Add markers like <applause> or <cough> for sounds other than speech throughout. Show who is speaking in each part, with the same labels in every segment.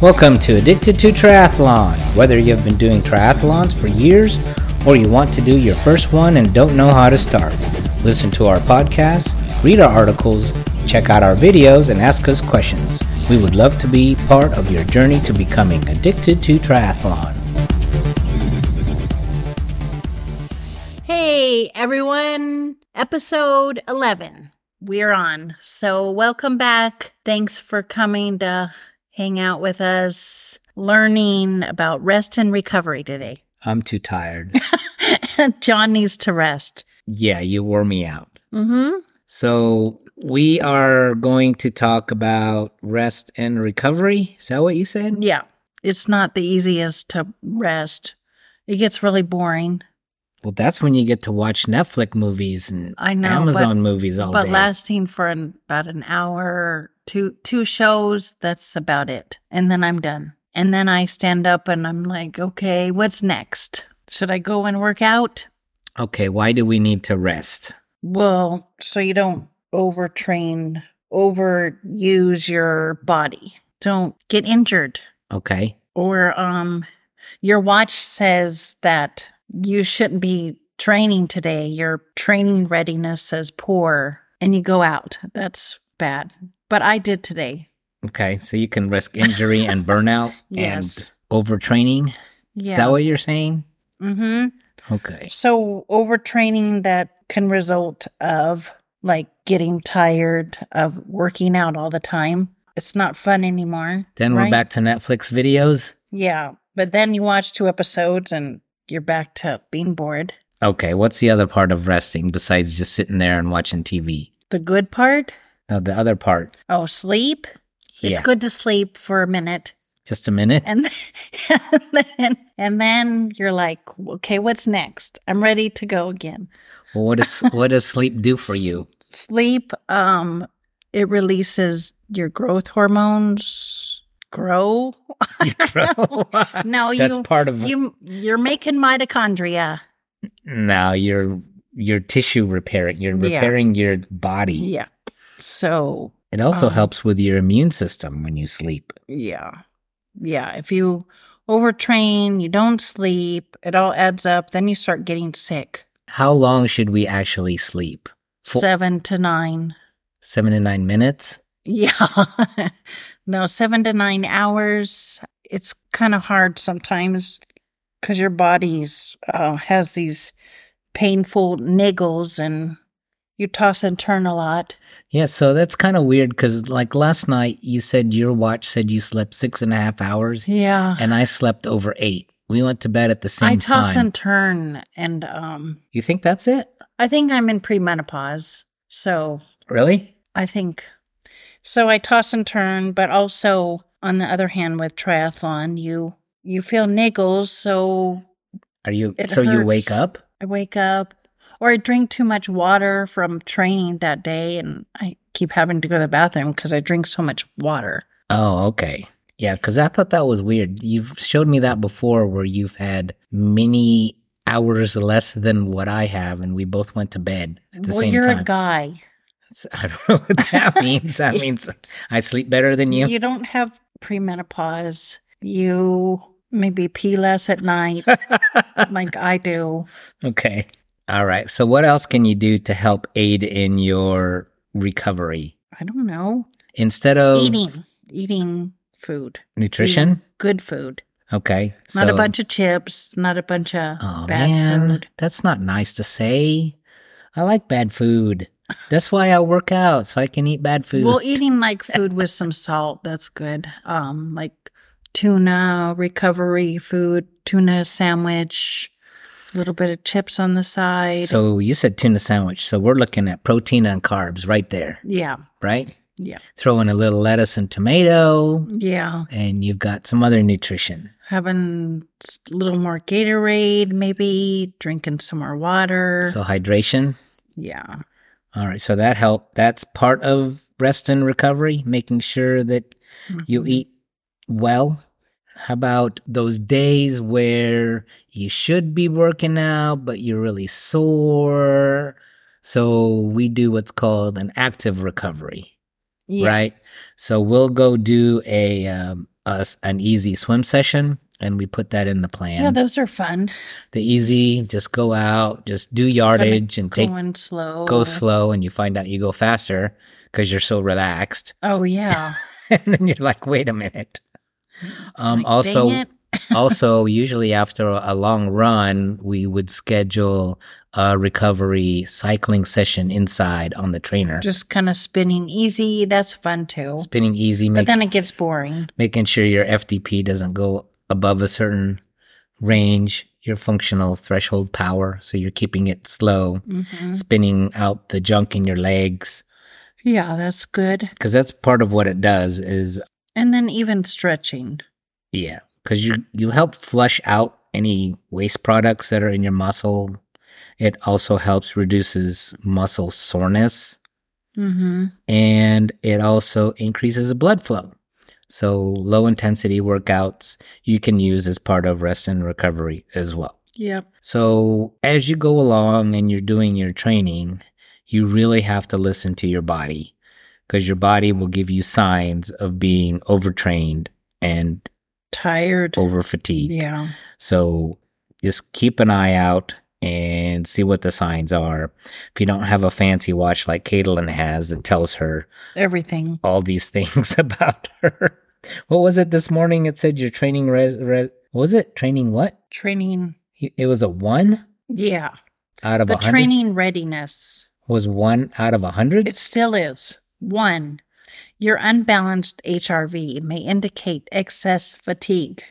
Speaker 1: Welcome to Addicted to Triathlon. Whether you have been doing triathlons for years or you want to do your first one and don't know how to start, listen to our podcast, read our articles, check out our videos, and ask us questions. We would love to be part of your journey to becoming addicted to triathlon.
Speaker 2: Hey everyone, episode 11. We're on. So, welcome back. Thanks for coming to hang out with us, learning about rest and recovery today. <laughs>
Speaker 1: I'm too tired.
Speaker 2: John needs to rest.
Speaker 1: yeah, you wore me out.
Speaker 2: Mhm.
Speaker 1: So, we are going to talk about rest and recovery. Is that what you said?
Speaker 2: Yeah. It's not the easiest to rest. It gets really boring.
Speaker 1: Well, that's when you get to watch Netflix movies and
Speaker 2: I know,
Speaker 1: Amazon movies all
Speaker 2: but
Speaker 1: day.
Speaker 2: lasting for an, about an hour two two shows that's about it and then i'm done and then i stand up and i'm like okay what's next should i go and work out
Speaker 1: okay, why do we need to rest?
Speaker 2: well so you don't overtrain overuse your body don't get injured
Speaker 1: Okay.
Speaker 2: or um your watch says that you shouldn't be training today your training readiness says poor and you go out that's bad but i did today
Speaker 1: Okay, so you can risk injury
Speaker 2: <laughs>
Speaker 1: and burnout
Speaker 2: yes
Speaker 1: and overtraining. Is that
Speaker 2: yeah
Speaker 1: what you're saying?
Speaker 2: mm-hmm.
Speaker 1: Okay.
Speaker 2: so overtraining that can result of like getting tired of working out all the time it's not fun anymore
Speaker 1: Then we're
Speaker 2: right?
Speaker 1: back to Netflix videos.
Speaker 2: yeah but then you watch two episodes and you're back to being bored
Speaker 1: Okay, what's the other part of resting besides just sitting there and watching TV?
Speaker 2: the good part
Speaker 1: No, the other part.
Speaker 2: Oh, sleep. It's
Speaker 1: yeah.
Speaker 2: good to sleep for a minute.
Speaker 1: Just a minute.
Speaker 2: And then, <laughs> and, then you're like, okay, what's next? I'm ready to go again.
Speaker 1: Well, what does what does sleep do
Speaker 2: <laughs>
Speaker 1: for you? <laughs>
Speaker 2: Sleep, um, it releases your growth hormones. Grow? <laughs> No,
Speaker 1: That's
Speaker 2: you
Speaker 1: part of
Speaker 2: you you're making mitochondria.
Speaker 1: No, you're you're tissue repairing. You're
Speaker 2: Yeah.
Speaker 1: repairing your body.
Speaker 2: Yeah. So
Speaker 1: It also
Speaker 2: Um,
Speaker 1: helps with your immune system when you sleep.
Speaker 2: Yeah. Yeah. If you overtrain, you don't sleep, it all adds up, then you start getting sick.
Speaker 1: How long should we actually sleep? Four-
Speaker 2: Seven to nine.
Speaker 1: Seven to nine minutes.
Speaker 2: Yeah. <laughs> no, seven to nine hours. It's kind of hard sometimes because your body's uh, has these painful niggles and you toss and turn a lot.
Speaker 1: Yeah, so that's kind of weird because, like last night, you said your watch said you slept six and a half
Speaker 2: <sighs>
Speaker 1: hours,
Speaker 2: Yeah.
Speaker 1: and I slept over eight. We went to bed at the same
Speaker 2: I toss
Speaker 1: time.
Speaker 2: and turn. And um,
Speaker 1: You think that's it?
Speaker 2: I think I'm in premenopause. So
Speaker 1: Really?
Speaker 2: I think so. I toss and turn, but also on the other hand, with triathlon, you you feel niggles. So
Speaker 1: Are you?
Speaker 2: It
Speaker 1: so you wake
Speaker 2: hurts.
Speaker 1: up?
Speaker 2: I wake up or I drink too much water from training that day and I keep having to go to the bathroom because I drink so much water.
Speaker 1: Oh, okay. Yeah, because I thought that was weird. You've showed me that before where you've had many hours less than what I have, and we both went to bed at the
Speaker 2: well,
Speaker 1: same
Speaker 2: you're
Speaker 1: time.
Speaker 2: a guy.
Speaker 1: <laughs> I don't know what
Speaker 2: <laughs>
Speaker 1: that means. That means I sleep better than you.
Speaker 2: You don't have premenopause. You maybe pee less at night <laughs> like I do.
Speaker 1: <laughs> okay. All right. So, what else can you do to help aid in your recovery?
Speaker 2: I don't know.
Speaker 1: Instead of
Speaker 2: eating, eating food,
Speaker 1: nutrition?
Speaker 2: Eating good food.
Speaker 1: Okay.
Speaker 2: not a
Speaker 1: so-
Speaker 2: bunch of chips, not a bunch of
Speaker 1: Aw,
Speaker 2: bad
Speaker 1: man.
Speaker 2: food.
Speaker 1: That's not nice to say. I like bad food. That's why I work out, so I can eat bad food.
Speaker 2: Well, eating like food with some salt, that's good. Um, like tuna recovery food, tuna sandwich, a little bit of chips on the side.
Speaker 1: So you said tuna sandwich. So we're looking at protein and carbs right there,
Speaker 2: yeah,
Speaker 1: right?
Speaker 2: yeah,
Speaker 1: Throw in a little lettuce and tomato,
Speaker 2: yeah.
Speaker 1: and you've got some other nutrition.
Speaker 2: Having s- a little more Gatorade, maybe drinking some more water.
Speaker 1: So hydration.
Speaker 2: yeah,
Speaker 1: All right. So that help. That's part of rest and recovery, making sure that you
Speaker 2: Mhm.
Speaker 1: eat well. How about those days where you should be working out, but you're really sore? So we do what's called an active recovery.
Speaker 2: yeah.
Speaker 1: right? So we'll go do a um, us an easy swim session, and we put that in the plan.
Speaker 2: yeah, those are fun.
Speaker 1: the easy, just go out, just do yardage and take
Speaker 2: Going slow.
Speaker 1: go slow, and you find out you go faster because you're so relaxed, <laughs>
Speaker 2: Oh yeah.
Speaker 1: and then you're like, wait a
Speaker 2: <gasps>
Speaker 1: minute. Um, also,
Speaker 2: Dang it.
Speaker 1: also usually after a long run we would schedule a recovery cycling session inside on the trainer
Speaker 2: just kind of spinning easy. That's fun too.
Speaker 1: spinning easy
Speaker 2: But
Speaker 1: make,
Speaker 2: then it gets boring.
Speaker 1: making sure your ftp doesn't go above a certain range your functional threshold power so you're keeping it slow
Speaker 2: hmm
Speaker 1: spinning out the junk in your legs
Speaker 2: Yeah, that's good.
Speaker 1: because that's part of what it does is
Speaker 2: And then even stretching.
Speaker 1: yeah because you you help flush out any waste products that are in your muscle it also helps reduces muscle soreness
Speaker 2: hmm
Speaker 1: and it also increases blood flow. So, low intensity workouts you can use as part of rest and recovery as well.
Speaker 2: Yep.
Speaker 1: So, as you go along and you're doing your training, you really have to listen to your body because your body will give you signs of being overtrained and
Speaker 2: Tired.
Speaker 1: over fatigued.
Speaker 2: Yeah.
Speaker 1: So just keep an eye out and see what the signs are. If you don't have a fancy watch like Caitlin has that tells her
Speaker 2: Everything.
Speaker 1: all these <laughs> things about her. What was it this morning? It said your training res, res what was it training what?
Speaker 2: Training.
Speaker 1: He- It was a one
Speaker 2: Yeah.
Speaker 1: out of a
Speaker 2: The
Speaker 1: hundred.
Speaker 2: training readiness.
Speaker 1: was one out of a hundred.
Speaker 2: It still is. One, your unbalanced HRV may indicate excess fatigue.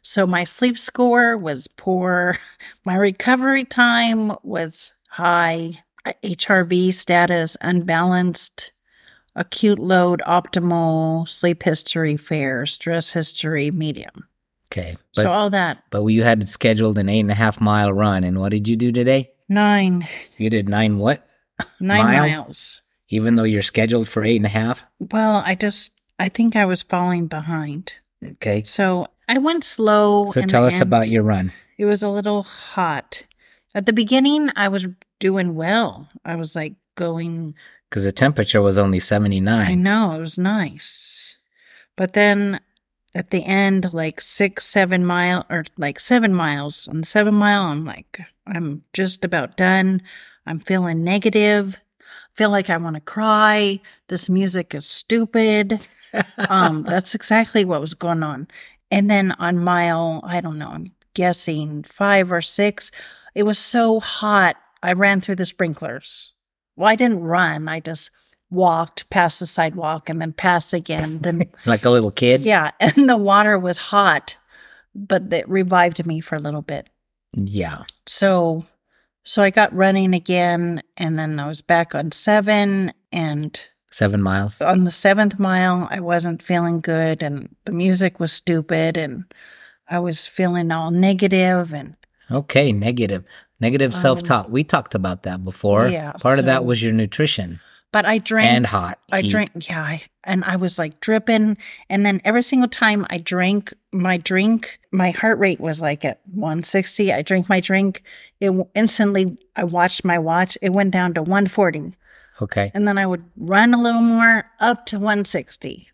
Speaker 2: So my sleep score was poor. <laughs> My recovery time was high. HRV status unbalanced. Acute load optimal. Sleep history fair. Stress history medium.
Speaker 1: Okay, but
Speaker 2: so all that.
Speaker 1: but you had scheduled an eight and a half mile run, and what did you do today?
Speaker 2: Nine.
Speaker 1: You did nine what?
Speaker 2: Nine
Speaker 1: Miles?
Speaker 2: miles.
Speaker 1: Even though you're scheduled for eight and a half.
Speaker 2: Well, I just, I think I was falling behind.
Speaker 1: Okay,
Speaker 2: So I went slow.
Speaker 1: so
Speaker 2: in
Speaker 1: tell
Speaker 2: the
Speaker 1: us about
Speaker 2: end.
Speaker 1: your run.
Speaker 2: It was a little hot. At the beginning, I was doing well. I was like going,
Speaker 1: because the temperature was only
Speaker 2: I
Speaker 1: 79.
Speaker 2: know, it was nice. But then at the end, like six, seven mile or like seven miles on the seven mile, I'm like, I'm just about done. I'm feeling negative. Feel like I want to cry. This music is stupid. um, that's exactly what was going on. And then on mile, I don't know, I'm guessing five or six, it was so hot. I ran through the sprinklers. Well, I didn't run. I just walked past the sidewalk and then past again. Then,
Speaker 1: <laughs> like a little kid.
Speaker 2: yeah. <laughs> And the water was hot, but it revived me for a little bit.
Speaker 1: Yeah.
Speaker 2: So, so I got running again and then I was back on seven and
Speaker 1: Seven miles.
Speaker 2: on the seventh mile, I wasn't feeling good and the music was stupid and I was feeling all negative and
Speaker 1: Okay. Negative. Negative
Speaker 2: Um,
Speaker 1: self talk. We talked about that before.
Speaker 2: yeah,
Speaker 1: Part of that
Speaker 2: so-
Speaker 1: was your nutrition
Speaker 2: but I drank
Speaker 1: and hot.
Speaker 2: I
Speaker 1: heat.
Speaker 2: drank yeah, I, and I was like dripping and then every single time I drank my drink, my heart rate was like at 160. I drank my drink, it w- instantly I watched my watch, it went down to 140
Speaker 1: Okay.
Speaker 2: and then I would run a little more up to 160.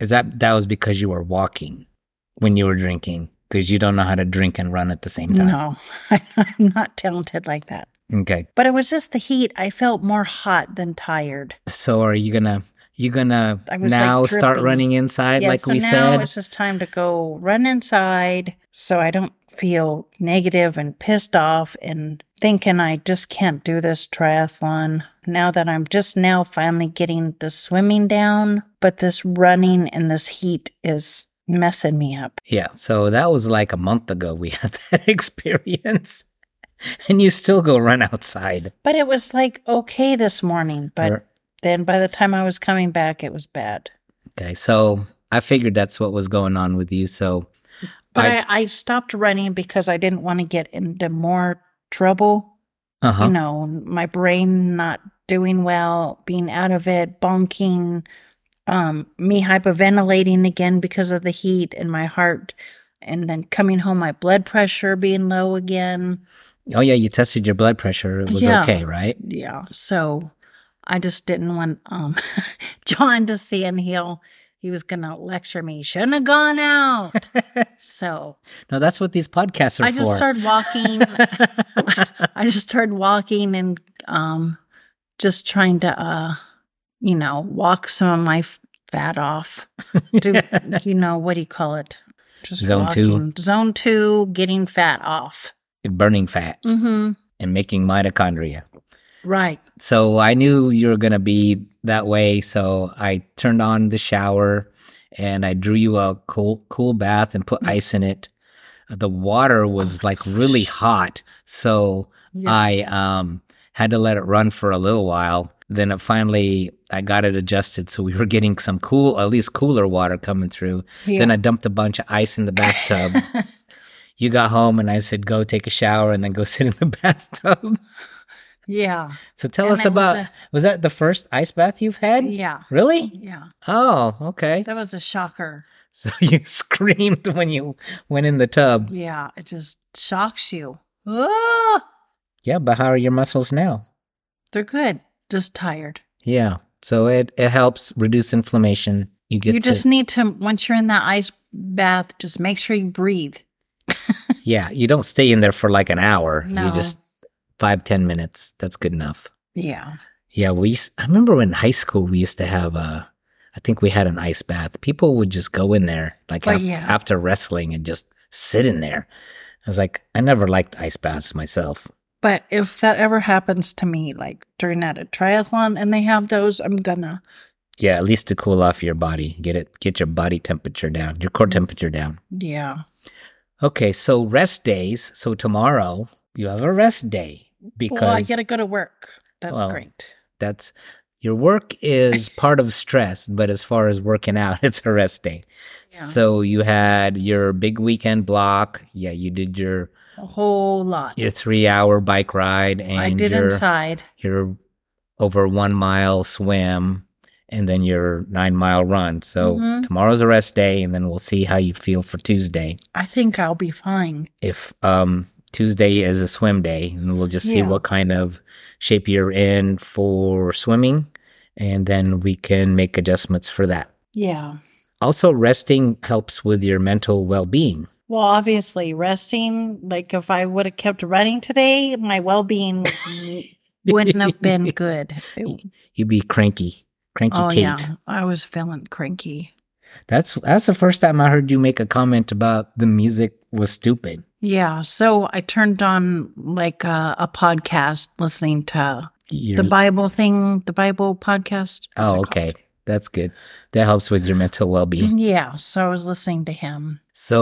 Speaker 1: Is that that was because you were walking when you were drinking because you don't know how to drink and run at the same time.
Speaker 2: No, <laughs> I'm not talented like that.
Speaker 1: Okay.
Speaker 2: But it was just the heat. I felt more hot than tired.
Speaker 1: So are you gonna you gonna
Speaker 2: I was, like,
Speaker 1: now start
Speaker 2: dripping.
Speaker 1: running inside
Speaker 2: Yeah,
Speaker 1: like
Speaker 2: so
Speaker 1: we
Speaker 2: now
Speaker 1: said?
Speaker 2: it's just time to go run inside so I don't feel negative and pissed off and thinking I just can't do this triathlon. Now that I'm just now finally getting the swimming down, but this running and this heat is messing me up.
Speaker 1: Yeah, so that was like a month ago we <laughs> had that experience. And you still go run outside.
Speaker 2: But it was like okay this morning, but
Speaker 1: Or-
Speaker 2: then by the time I was coming back, it was bad.
Speaker 1: Okay, so I figured that's what was going on with you. So
Speaker 2: But
Speaker 1: I-
Speaker 2: I, I stopped running because I didn't want to get into more trouble.
Speaker 1: uh huh.
Speaker 2: You know, my brain not doing well, being out of it, bonking, um, me hyperventilating again because of the heat and my heart. And then coming home, my blood pressure being low again.
Speaker 1: Oh yeah, you tested your blood pressure. It was
Speaker 2: Yeah.
Speaker 1: okay, right?
Speaker 2: <laughs> Yeah. So I just didn't want um, John to see and he'll he was going to lecture me. Shouldn't have
Speaker 1: <laughs>
Speaker 2: gone out. so
Speaker 1: No, that's what these podcasts are
Speaker 2: I
Speaker 1: for.
Speaker 2: just
Speaker 1: <laughs>
Speaker 2: started walking. I just started walking and um, just trying to, uh, you know, walk some of my f-
Speaker 1: <laughs>
Speaker 2: fat off. Do you know what do you call it? Just
Speaker 1: Zone two.
Speaker 2: two. Zone two, getting fat off.
Speaker 1: <laughs> Burning fat
Speaker 2: Mm-hmm.
Speaker 1: and making mitochondria.
Speaker 2: Right.
Speaker 1: So I knew you were going to be that way. So I turned on the shower and I drew you a cool, cool bath and
Speaker 2: Mm.
Speaker 1: put ice in it. The water was like really hot. So
Speaker 2: Oh, Yeah.
Speaker 1: I um, had to let it run for a little while. Then it finally, I got it adjusted. So we were getting some cool, at least cooler water coming through.
Speaker 2: Yeah.
Speaker 1: Then I dumped a bunch of ice in the
Speaker 2: <laughs>
Speaker 1: bathtub. you got home and I said, go take a shower and then go <laughs> sit in the bathtub.
Speaker 2: yeah.
Speaker 1: So tell
Speaker 2: And
Speaker 1: us
Speaker 2: I was
Speaker 1: about was,
Speaker 2: a-
Speaker 1: that the first ice bath you've had?
Speaker 2: Yeah.
Speaker 1: Really?
Speaker 2: Yeah.
Speaker 1: Oh, okay.
Speaker 2: That was a shocker.
Speaker 1: <laughs> So you <laughs> screamed when you went in the tub.
Speaker 2: Yeah. It just shocks you. Oh,
Speaker 1: Yeah, but how are your muscles now?
Speaker 2: they're good. Just tired.
Speaker 1: Yeah. So it it helps reduce inflammation. You get
Speaker 2: you
Speaker 1: to-
Speaker 2: just <laughs> need to once you're in that ice bath just make sure you breathe
Speaker 1: yeah. You don't stay in there for like an hour. You
Speaker 2: No.
Speaker 1: just five ten minutes. That's good enough.
Speaker 2: yeah
Speaker 1: Yeah. We used, I remember in high school we used to have a. I think we had an ice bath. People would just go in there like
Speaker 2: Well,
Speaker 1: af-
Speaker 2: yeah.
Speaker 1: after wrestling and just sit in there. I was like, I never liked ice baths myself.
Speaker 2: but if that ever happens to me like during that at triathlon and they have those i'm gonna
Speaker 1: Yeah, at least to cool off your body, get it, get your body temperature down, your core temperature down.
Speaker 2: yeah
Speaker 1: Okay, so rest days. So tomorrow you have a rest day because
Speaker 2: well i gotta go to work that's
Speaker 1: Well,
Speaker 2: great
Speaker 1: that's your work
Speaker 2: <laughs>
Speaker 1: is part of stress, but as far as working out, <laughs> it's a rest day.
Speaker 2: Yeah.
Speaker 1: So you had your big weekend block. Yeah, you did your
Speaker 2: a whole lot
Speaker 1: your three hour bike ride and
Speaker 2: i did
Speaker 1: your,
Speaker 2: inside
Speaker 1: your over one mile swim and then your nine mile run. So
Speaker 2: Mhm.
Speaker 1: tomorrow's a rest day, and then we'll see how you feel for Tuesday.
Speaker 2: i think i'll be fine
Speaker 1: If um, Tuesday is a swim day, and we'll just see
Speaker 2: Yeah.
Speaker 1: what kind of shape you're in for swimming, and then we can make adjustments for that.
Speaker 2: yeah
Speaker 1: Also, resting helps with your mental well being.
Speaker 2: well obviously resting like if i would have kept running today my well-being <laughs> wouldn't have been <laughs> good It-
Speaker 1: You'd be cranky, cranky
Speaker 2: oh
Speaker 1: Kate.
Speaker 2: yeah i was feeling cranky
Speaker 1: That's that's the first time I heard you make a comment about the music was stupid.
Speaker 2: Yeah, so I turned on like a, a podcast listening to
Speaker 1: Your
Speaker 2: the Bible thing, the Bible podcast. What's
Speaker 1: Oh,
Speaker 2: it Mm-hmm.
Speaker 1: okay. That's good. That helps with your mental well being.
Speaker 2: called? Yeah, so I was listening to him.
Speaker 1: So,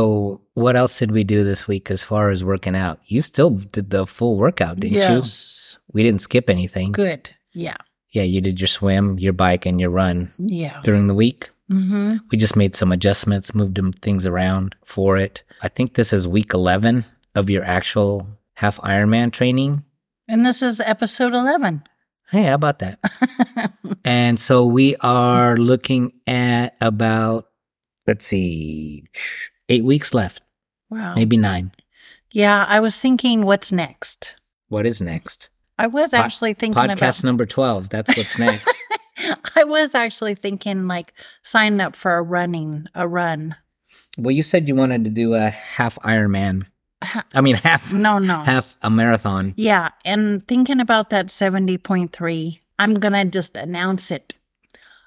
Speaker 1: what else did we do this week as far as working out? You still did the full workout, didn't
Speaker 2: yes.
Speaker 1: you? We didn't skip anything.
Speaker 2: Good. Yeah.
Speaker 1: Yeah, you did your swim, your bike, and your run
Speaker 2: Yeah.
Speaker 1: during the week.
Speaker 2: Mm-hmm.
Speaker 1: We just made some adjustments, moved them- things around for it. I think this is week 11 of your actual half Ironman training.
Speaker 2: And this is episode 11.
Speaker 1: Hey, how about that? And so we are looking at about, let's see, eight weeks left,
Speaker 2: <laughs> wow.
Speaker 1: maybe nine.
Speaker 2: Yeah, I was thinking what's next.
Speaker 1: What is next?
Speaker 2: I was
Speaker 1: Po-
Speaker 2: actually thinking
Speaker 1: Podcast number 12. That's
Speaker 2: <laughs>
Speaker 1: what's next.
Speaker 2: about <laughs> I was actually thinking like signing up for a running a run.
Speaker 1: well, you said you wanted to do a half Ironman. I mean, half,
Speaker 2: No, no.
Speaker 1: half a marathon.
Speaker 2: Yeah, and thinking about that 70.3, I'm going to just announce it.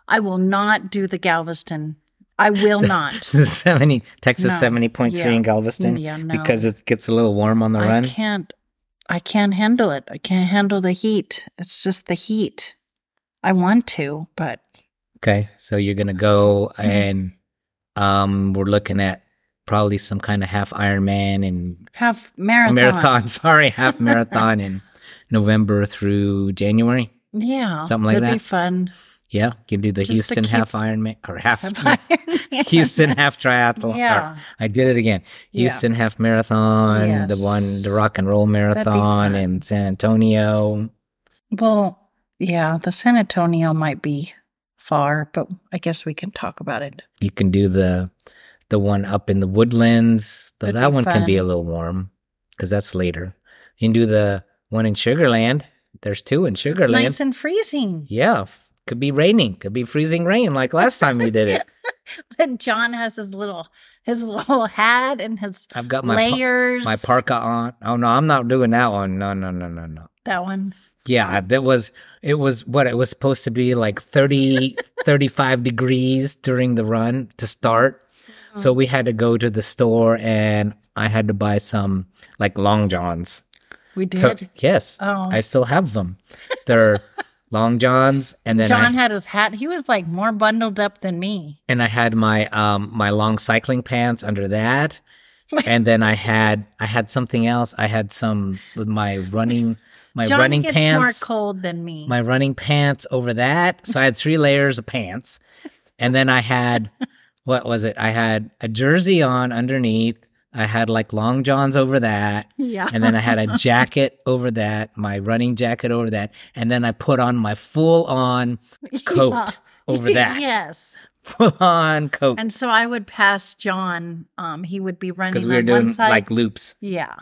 Speaker 2: I will not do the Galveston. I
Speaker 1: <laughs>
Speaker 2: will not.
Speaker 1: 70, Texas
Speaker 2: No.
Speaker 1: 70.3 in
Speaker 2: Yeah.
Speaker 1: Galveston
Speaker 2: Yeah, no.
Speaker 1: because it gets a little warm on the
Speaker 2: I
Speaker 1: run.
Speaker 2: can't I can't handle it. I can't handle the heat. It's just the heat. I want to, but
Speaker 1: Okay. So you're going to go
Speaker 2: Mm-hmm.
Speaker 1: and um, we're looking at probably some kind of half Ironman and
Speaker 2: have marathon.
Speaker 1: marathon. <laughs> Sorry,
Speaker 2: <laughs>
Speaker 1: half marathon in November through January.
Speaker 2: Yeah.
Speaker 1: Something like
Speaker 2: that'd
Speaker 1: that.
Speaker 2: be fun.
Speaker 1: Yeah, can do the
Speaker 2: Just to
Speaker 1: Houston
Speaker 2: keep-
Speaker 1: half Ironman or
Speaker 2: <laughs>
Speaker 1: half <laughs> Houston half triathlon.
Speaker 2: Yeah.
Speaker 1: I did it again.
Speaker 2: Yeah.
Speaker 1: Houston half marathon, the
Speaker 2: Yes.
Speaker 1: one, the rock and roll
Speaker 2: be
Speaker 1: marathon
Speaker 2: fun.
Speaker 1: in San Antonio.
Speaker 2: Well, yeah, the San Antonio might be far, but I guess we can talk about it.
Speaker 1: You can do the the one up in the woodlands. Though
Speaker 2: That'd
Speaker 1: that
Speaker 2: be
Speaker 1: one can be a
Speaker 2: fun.
Speaker 1: little warm because that's later. You can do the one in Sugarland. There's two in
Speaker 2: It's
Speaker 1: Sugarland.
Speaker 2: nice and freezing. <laughs> <laughs>
Speaker 1: Yeah, f- could be raining, could be freezing rain like last time we did it.
Speaker 2: and John has his little his <laughs> little hat and his
Speaker 1: I've got Oh, my pa-
Speaker 2: layers.
Speaker 1: my parka on. Oh no, I'm not doing that one. No, no, no, no, no.
Speaker 2: That one.
Speaker 1: Yeah, that was it was what it was supposed to be like
Speaker 2: <laughs>
Speaker 1: 30 35 degrees during the run to start.
Speaker 2: Oh.
Speaker 1: So we had to go to the store and I had to buy some like long johns.
Speaker 2: We did.
Speaker 1: So- yes.
Speaker 2: oh,
Speaker 1: I still have them.
Speaker 2: <laughs>
Speaker 1: They're long johns and then I,
Speaker 2: John had his hat. He was like more bundled up than me.
Speaker 1: and I had my um my long cycling pants under
Speaker 2: <laughs>
Speaker 1: that. And then I had I had something else. I had some with my running my
Speaker 2: John
Speaker 1: running
Speaker 2: gets more
Speaker 1: pants.
Speaker 2: cold than me.
Speaker 1: my running pants over that. So I had three <laughs> layers of pants. And then I had, what was it? I had a jersey on underneath. I had like long johns over that.
Speaker 2: yeah.
Speaker 1: And then I had a jacket over that, my running jacket over that. And then I put on my full on coat
Speaker 2: <laughs> Yeah. <laughs>
Speaker 1: over that. <laughs>
Speaker 2: yes.
Speaker 1: Full on coat.
Speaker 2: And so I would pass John. Um, he would be running
Speaker 1: Because we were
Speaker 2: on
Speaker 1: doing
Speaker 2: one side.
Speaker 1: like loops.
Speaker 2: yeah.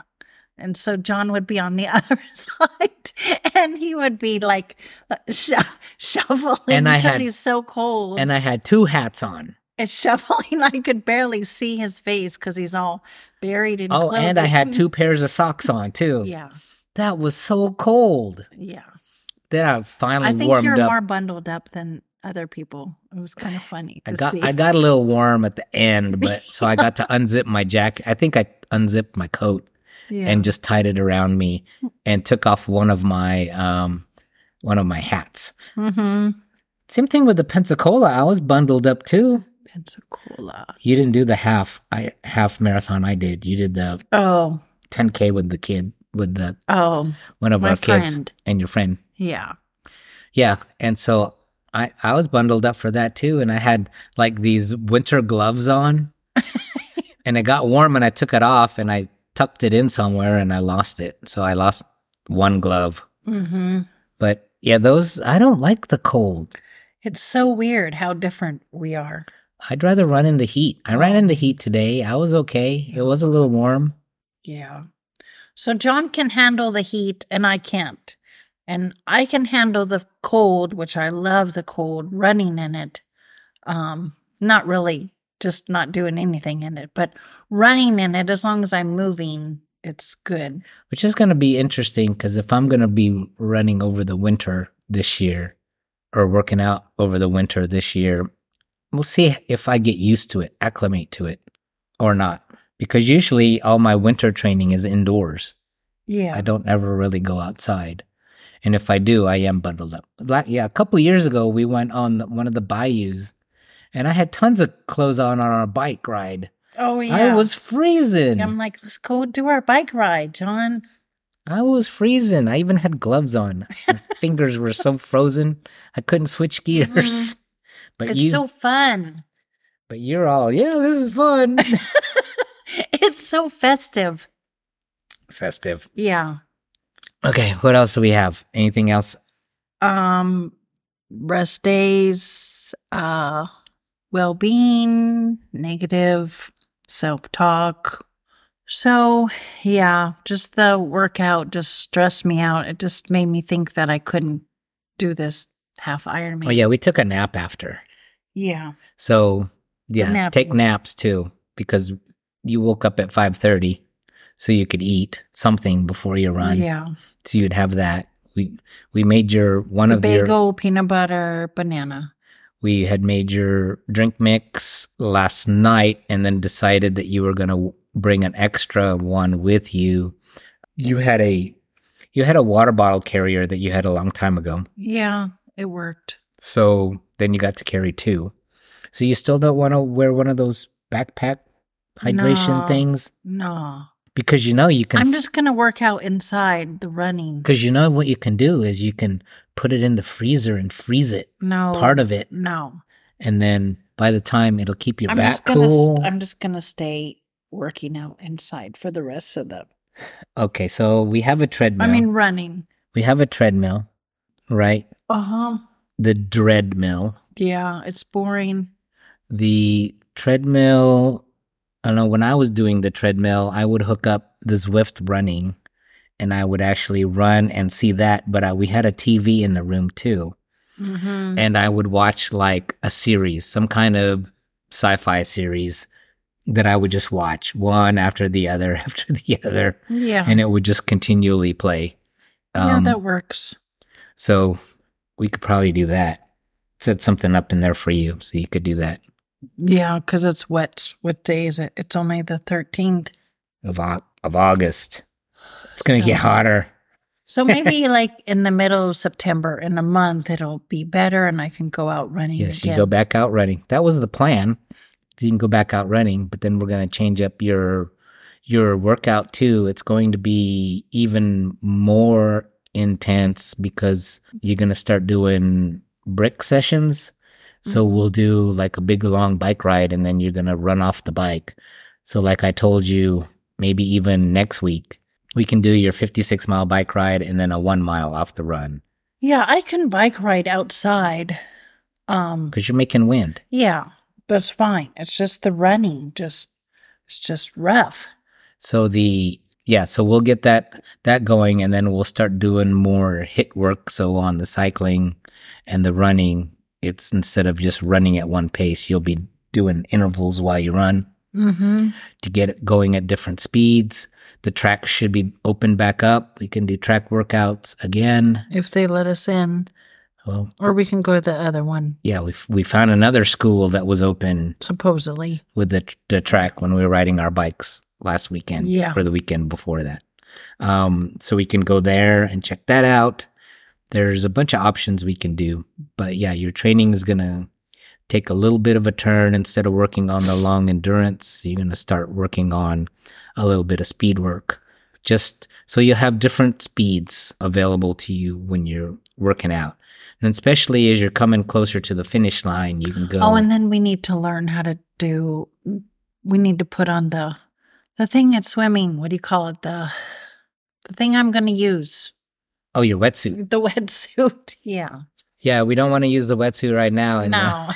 Speaker 2: And so John would be on the <laughs> other side, and he would be like <laughs> sho- shoveling
Speaker 1: And I
Speaker 2: because
Speaker 1: had-
Speaker 2: he's so cold.
Speaker 1: And I had two hats on.
Speaker 2: and <laughs> shoveling, I could barely see his face because he's all buried in.
Speaker 1: Oh, and I had
Speaker 2: clothing.
Speaker 1: two pairs of socks on too.
Speaker 2: <laughs> Yeah,
Speaker 1: That was so cold.
Speaker 2: yeah.
Speaker 1: Then I finally
Speaker 2: I think
Speaker 1: warmed
Speaker 2: you're
Speaker 1: up.
Speaker 2: more bundled up than other people. It was kind of funny to
Speaker 1: I got
Speaker 2: see.
Speaker 1: I got a little warm at the end,
Speaker 2: <laughs>
Speaker 1: but so I got to unzip my jacket. I think I unzipped my coat
Speaker 2: yeah.
Speaker 1: and just tied it around me and took off one of my um one of my hats.
Speaker 2: hmm
Speaker 1: Same thing with the Pensacola. I was bundled up too.
Speaker 2: Pensacola.
Speaker 1: You didn't do the half I half marathon I did. You did the
Speaker 2: Oh,
Speaker 1: 10k with the kid with the
Speaker 2: oh,
Speaker 1: one of
Speaker 2: my
Speaker 1: our kids
Speaker 2: friend.
Speaker 1: and your friend.
Speaker 2: Yeah.
Speaker 1: Yeah, and so I I was bundled up for that too, and I had like these winter gloves on, and it got warm, and I took it off, and I tucked it in somewhere, and I lost it, so I lost one glove.
Speaker 2: hmm
Speaker 1: But yeah, those I don't like the cold.
Speaker 2: It's so weird how different we are.
Speaker 1: I'd rather run in the heat. I ran in the heat today. I was okay. It was a little warm.
Speaker 2: Yeah. So John can handle the heat and I can't. And I can handle the cold, which I love the cold, running in it. Um, not really just not doing anything in it, but running in it as long as I'm moving, it's good.
Speaker 1: which is going to be interesting because if I'm going to be running over the winter this year or working out over the winter this year, we'll see if I get used to it, acclimate to it or not. Because usually all my winter training is indoors.
Speaker 2: Yeah.
Speaker 1: I don't ever really go outside. And if I do, I am bundled up. Like, yeah, a couple years ago, we went on the, one of the bayous and I had tons of clothes on on our bike ride.
Speaker 2: oh yeah.
Speaker 1: I was freezing.
Speaker 2: I'm like, let's go do our bike ride, John.
Speaker 1: I was freezing. I even had gloves on.
Speaker 2: <laughs>
Speaker 1: My fingers were so frozen, I couldn't switch gears.
Speaker 2: Mhm.
Speaker 1: But
Speaker 2: It's
Speaker 1: you,
Speaker 2: so
Speaker 1: <laughs>
Speaker 2: fun. <laughs>
Speaker 1: but you're all, yeah, this is fun.
Speaker 2: It's so festive.
Speaker 1: Festive.
Speaker 2: Yeah.
Speaker 1: Okay, what else do we have? Anything else?
Speaker 2: um rest days uh well-being negative self-talk so yeah just the workout just stressed me out it just made me think that i couldn't do this half ironman
Speaker 1: Oh yeah, we took a nap after.
Speaker 2: yeah
Speaker 1: So yeah,
Speaker 2: nap
Speaker 1: take
Speaker 2: one.
Speaker 1: naps too because you woke up at five thirty, so you could eat something before you run.
Speaker 2: yeah
Speaker 1: So you'd have that. We we made your one
Speaker 2: the
Speaker 1: of your
Speaker 2: bagel peanut butter banana
Speaker 1: we had made your drink mix last night and then decided that you were going to bring an extra one with you you had a you had a water bottle carrier that you had a long time ago
Speaker 2: yeah it worked
Speaker 1: so then you got to carry two so you still don't want to wear one of those backpack hydration
Speaker 2: No.
Speaker 1: things
Speaker 2: no
Speaker 1: because you know you can
Speaker 2: i'm just gonna work out inside the running
Speaker 1: because you know what you can do is you can put it in the freezer and freeze it
Speaker 2: no
Speaker 1: part of it
Speaker 2: no
Speaker 1: and then by the time it'll keep your
Speaker 2: I'm
Speaker 1: back
Speaker 2: just gonna s-
Speaker 1: cool
Speaker 2: I'm just gonna stay working out inside for the rest of the.
Speaker 1: okay so we have a treadmill
Speaker 2: I mean, running.
Speaker 1: we have a treadmill, right?
Speaker 2: Uh huh.
Speaker 1: The dreadmill.
Speaker 2: Yeah, it's boring.
Speaker 1: The treadmill, I don't know, when I was doing the treadmill, I would hook up the Zwift running and I would actually run and see that. But I, we had a TV in the room too.
Speaker 2: Mm-hmm.
Speaker 1: And I would watch like a series, some kind of sci fi series that I would just watch one after the other <laughs> after the other,
Speaker 2: Yeah.
Speaker 1: and it would just continually play.
Speaker 2: yeah,
Speaker 1: Um,
Speaker 2: that works.
Speaker 1: so we could probably do that. Set something up in there for you so you could do that
Speaker 2: Yeah, because it's what? What day is it? It's only the 13th.
Speaker 1: of, Au- of August. It's going to
Speaker 2: So-
Speaker 1: get hotter. <laughs>
Speaker 2: So maybe like in the middle of September, in a month, it'll be better and I can go out running
Speaker 1: Yes, you
Speaker 2: again.
Speaker 1: go back out running. That was the plan. You can go back out running, but then we're going to change up your your workout too. It's going to be even more intense because you're going to start doing brick sessions. So we'll do like a big long bike ride and then you're going to run off the bike. So like I told you, maybe even next week we can do your 56 mile bike ride and then a 1 mile off the run
Speaker 2: yeah, I can bike ride outside. Um,
Speaker 1: cuz you're making wind.
Speaker 2: yeah, that's fine. It's just the running, just it's just rough.
Speaker 1: So the yeah, so we'll get that that going, and then we'll start doing more hit work. So on the cycling and the running, it's instead of just running at one pace, you'll be doing intervals while you run
Speaker 2: Mm-hmm.
Speaker 1: to get it going at different speeds. The track should be opened back up. We can do track workouts again.
Speaker 2: If they let us in,
Speaker 1: Well,
Speaker 2: or we can go to the other one,
Speaker 1: yeah, we we found another school that was open
Speaker 2: supposedly.
Speaker 1: with the, the track when we were riding our bikes last weekend
Speaker 2: Yeah.
Speaker 1: or the weekend before that. Um, so we can go there and check that out. There's a bunch of options we can do, but yeah, your training is going to take a little bit of a turn instead of working on the long endurance. You're going to start working on a little bit of speed work just so you'll have different speeds available to you when you're working out. And especially as you're coming closer to the finish line, you can go.
Speaker 2: Oh, and then we need to learn how to do. We need to put on the the thing at swimming. What do you call it? The the thing I'm going to use
Speaker 1: oh your wetsuit.
Speaker 2: the wetsuit. <laughs> Yeah.
Speaker 1: Yeah, we don't want to use the wetsuit right now. And uh,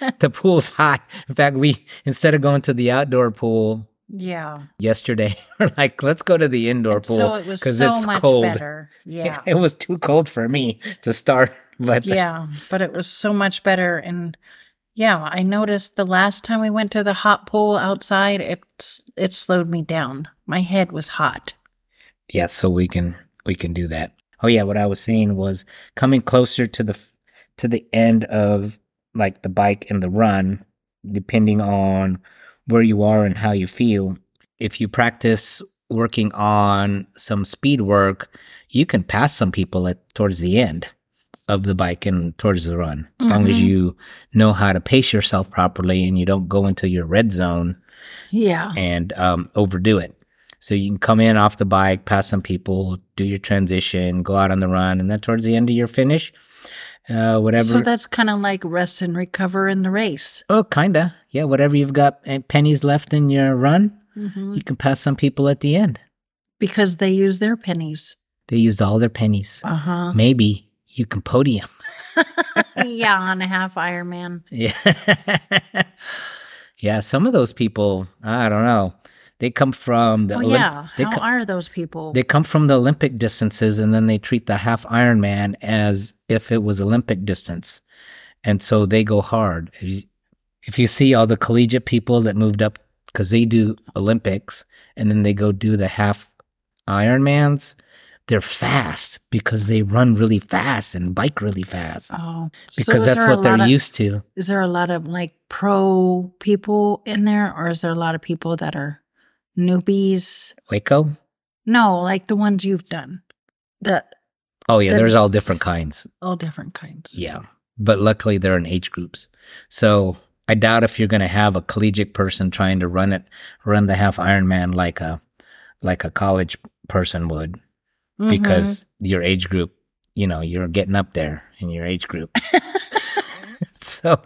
Speaker 2: No.
Speaker 1: <laughs> the pool's hot. In fact, we instead of going to the outdoor pool
Speaker 2: <laughs> yeah.
Speaker 1: yesterday, <laughs> we're like, let's go to the indoor pool.
Speaker 2: So it was
Speaker 1: 'cause
Speaker 2: so
Speaker 1: it's
Speaker 2: much
Speaker 1: cold. <laughs>
Speaker 2: better. Yeah.
Speaker 1: It was too cold for me to start. But
Speaker 2: yeah. But it was so much better. And yeah, I noticed the last time we went to the hot pool outside, it it slowed me down. My head was hot.
Speaker 1: yeah, so we can we can do that. Oh yeah, what I was saying was coming closer to the f- to the end of like the bike and the run, depending on where you are and how you feel. If you practice working on some speed work, you can pass some people at towards the end of the bike and towards the run. As long as
Speaker 2: Mhm.
Speaker 1: you know how to pace yourself properly and you don't go into your red zone
Speaker 2: Yeah.
Speaker 1: and um, overdo it. So you can come in off the bike, pass some people, do your transition, go out on the run, and then towards the end of your finish, uh, whatever.
Speaker 2: So that's kind of like rest and recover in the race.
Speaker 1: oh, kinda, yeah. Whatever you've got uh, pennies left in your run,
Speaker 2: hmm
Speaker 1: you can pass some people at the end.
Speaker 2: Because they use their pennies.
Speaker 1: They used all their pennies.
Speaker 2: Uh huh.
Speaker 1: Maybe you can podium.
Speaker 2: <laughs>
Speaker 1: <laughs>
Speaker 2: yeah, on a half Ironman.
Speaker 1: Yeah, yeah. Some of those people, I don't know. They come from the
Speaker 2: Well,
Speaker 1: Olymp-
Speaker 2: Oh, yeah.
Speaker 1: They
Speaker 2: How
Speaker 1: co-
Speaker 2: are those people?
Speaker 1: They come from the Olympic distances and then they treat the half Ironman as if it was Olympic distance. And so they go hard. If you, if you see all the collegiate people that moved up because they do Olympics and then they go do the half Ironmans, they're fast because they run really fast and bike really fast
Speaker 2: oh, so
Speaker 1: because
Speaker 2: is
Speaker 1: that's
Speaker 2: there a
Speaker 1: what they're
Speaker 2: lot of-
Speaker 1: used to.
Speaker 2: Is there a lot of like pro people in there, or is there a lot of people that are newbies?
Speaker 1: Waco?
Speaker 2: No, like the ones you've done, the
Speaker 1: Oh, yeah,
Speaker 2: Then-
Speaker 1: there's all different kinds.
Speaker 2: all different kinds.
Speaker 1: Yeah. But luckily they're in age groups. So I doubt if you're going to have a collegiate person trying to run it, run the half Ironman like a, like a college person would
Speaker 2: Mhm.
Speaker 1: because your age group, you know, you're getting up there in your age group. <laughs> so,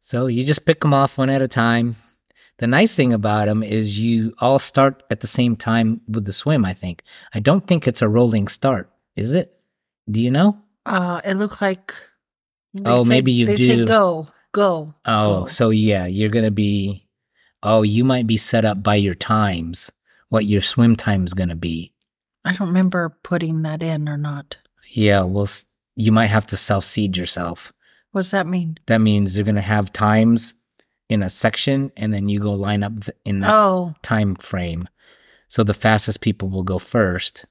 Speaker 1: so you just pick them off one at a time. The nice thing about them is you all start at the same time with the swim. I think. I don't think it's a rolling start, is it? Do you know?
Speaker 2: uh, it looked like. they
Speaker 1: Oh,
Speaker 2: say-
Speaker 1: maybe you
Speaker 2: they
Speaker 1: do.
Speaker 2: Say go, go.
Speaker 1: Oh,
Speaker 2: go.
Speaker 1: so yeah, you're going to be, oh, you might be set up by your times, what your swim time's going to be.
Speaker 2: I don't remember putting that in or not.
Speaker 1: Yeah, well, s- you might have to self seed yourself.
Speaker 2: What's that mean?
Speaker 1: That means you're going to have times in a section and then you go line up th- in that
Speaker 2: Oh,
Speaker 1: time frame. So the fastest people will go first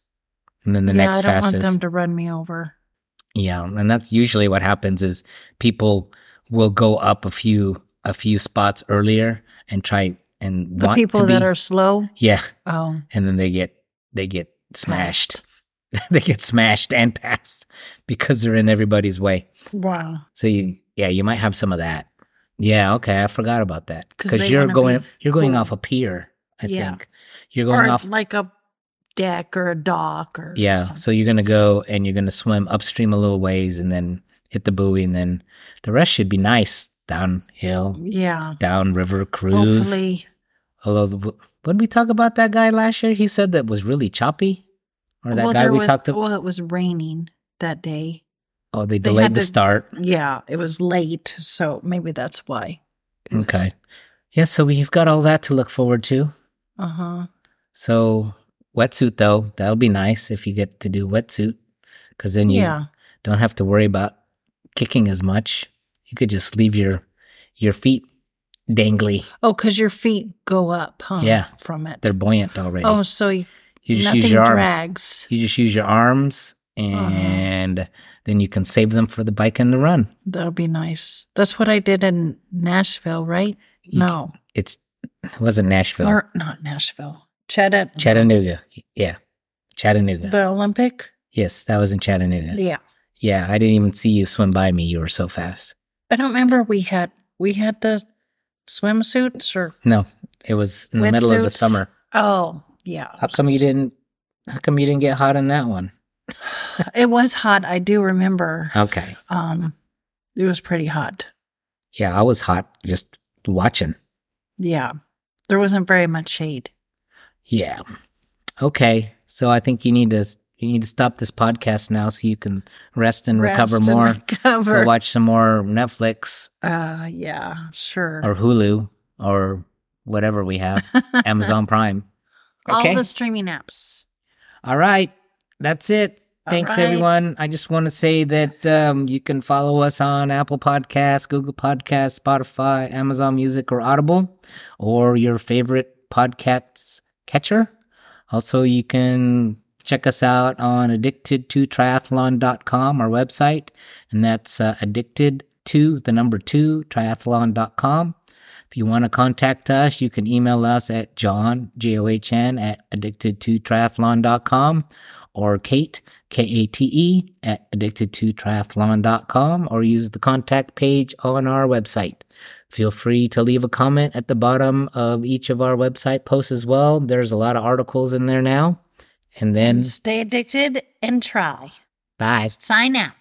Speaker 1: and then the
Speaker 2: yeah,
Speaker 1: next
Speaker 2: I don't want
Speaker 1: fastest.
Speaker 2: them to run me over.
Speaker 1: Yeah, and that's usually what happens is people will go up a few a few spots earlier and try and
Speaker 2: The
Speaker 1: want
Speaker 2: people
Speaker 1: to be,
Speaker 2: that are slow.
Speaker 1: yeah,
Speaker 2: Oh,
Speaker 1: and then they get they get smashed. <laughs> they get smashed and passed because they're in everybody's way.
Speaker 2: wow.
Speaker 1: So you yeah, you might have some of that. Yeah, okay, I forgot about that
Speaker 2: 'Cause
Speaker 1: because
Speaker 2: they
Speaker 1: you're
Speaker 2: wanna
Speaker 1: going
Speaker 2: be
Speaker 1: you're going
Speaker 2: cool.
Speaker 1: off a pier. I
Speaker 2: Yeah.
Speaker 1: think you're going
Speaker 2: or
Speaker 1: off.
Speaker 2: like a deck or a dock or
Speaker 1: Yeah,
Speaker 2: something.
Speaker 1: so you're gonna go and you're gonna swim upstream a little ways and then hit the buoy and then the rest should be nice downhill,
Speaker 2: yeah.
Speaker 1: downriver cruise.
Speaker 2: Hopefully,
Speaker 1: Although, the- when we talk about that guy last year, he said that was really choppy, or that
Speaker 2: well,
Speaker 1: guy
Speaker 2: there
Speaker 1: we
Speaker 2: was,
Speaker 1: talked to.
Speaker 2: Well, it was raining that day.
Speaker 1: oh, they
Speaker 2: they
Speaker 1: delayed
Speaker 2: had
Speaker 1: the
Speaker 2: to-
Speaker 1: start.
Speaker 2: Yeah, it was late, so maybe that's why.
Speaker 1: Okay, yeah, so we've got all that to look forward to.
Speaker 2: Uh huh.
Speaker 1: So wetsuit though, that'll be nice if you get to do wetsuit, because then you
Speaker 2: Yeah.
Speaker 1: don't have to worry about kicking as much. You could just leave your your feet dangly.
Speaker 2: Oh, because your feet go up, huh?
Speaker 1: Yeah.
Speaker 2: From it.
Speaker 1: They're buoyant already.
Speaker 2: oh, so you,
Speaker 1: you just
Speaker 2: nothing
Speaker 1: use your arms.
Speaker 2: drags. Uh-huh.
Speaker 1: You just use your arms and then you can save them for the bike and the run.
Speaker 2: That'll be nice. That's what I did in Nashville, right?
Speaker 1: You
Speaker 2: no,
Speaker 1: It's it wasn't Nashville.
Speaker 2: or not Nashville. Chattanooga.
Speaker 1: Chattanooga. Yeah. Chattanooga.
Speaker 2: The Olympic.
Speaker 1: yes, that was in Chattanooga.
Speaker 2: Yeah.
Speaker 1: yeah, I didn't even see you swim by me. You were so fast.
Speaker 2: I don't remember we had we had the swimsuits or
Speaker 1: No, it was in the middle of the
Speaker 2: Wetsuits.
Speaker 1: summer.
Speaker 2: oh yeah.
Speaker 1: How come you didn't how come you didn't get hot in that one?
Speaker 2: It was hot. I do remember.
Speaker 1: Okay.
Speaker 2: Um, it was pretty hot.
Speaker 1: Yeah, I was hot just watching.
Speaker 2: Yeah, there wasn't very much shade.
Speaker 1: Yeah. Okay. So I think you need to you need to stop this podcast now so you can rest and recover
Speaker 2: Rest and <laughs>
Speaker 1: more. Or
Speaker 2: Recover.
Speaker 1: watch some more Netflix
Speaker 2: Uh, yeah, sure.
Speaker 1: or Hulu or whatever we
Speaker 2: <laughs>
Speaker 1: have. Amazon Prime. Okay.
Speaker 2: All the streaming apps.
Speaker 1: All right. That's it.
Speaker 2: All
Speaker 1: Thanks,
Speaker 2: right.
Speaker 1: everyone. I just want to say that um, you can follow us on Apple Podcasts, Google Podcasts, Spotify, Amazon Music, or Audible, or your favorite podcast catcher. Also, you can check us out on addicted2triathlon.com, our website, and that's uh, addicted to the number two triathlon.com. If you want to contact us, you can email us at john, J O H N, at addicted2triathlon.com or Kate, K A T E, at addicted2triathlon.com or use the contact page on our website. Feel free to leave a comment at the bottom of each of our website posts as well. There's a lot of articles in there now. And then,
Speaker 2: Stay addicted and try.
Speaker 1: bye.
Speaker 2: Sign out.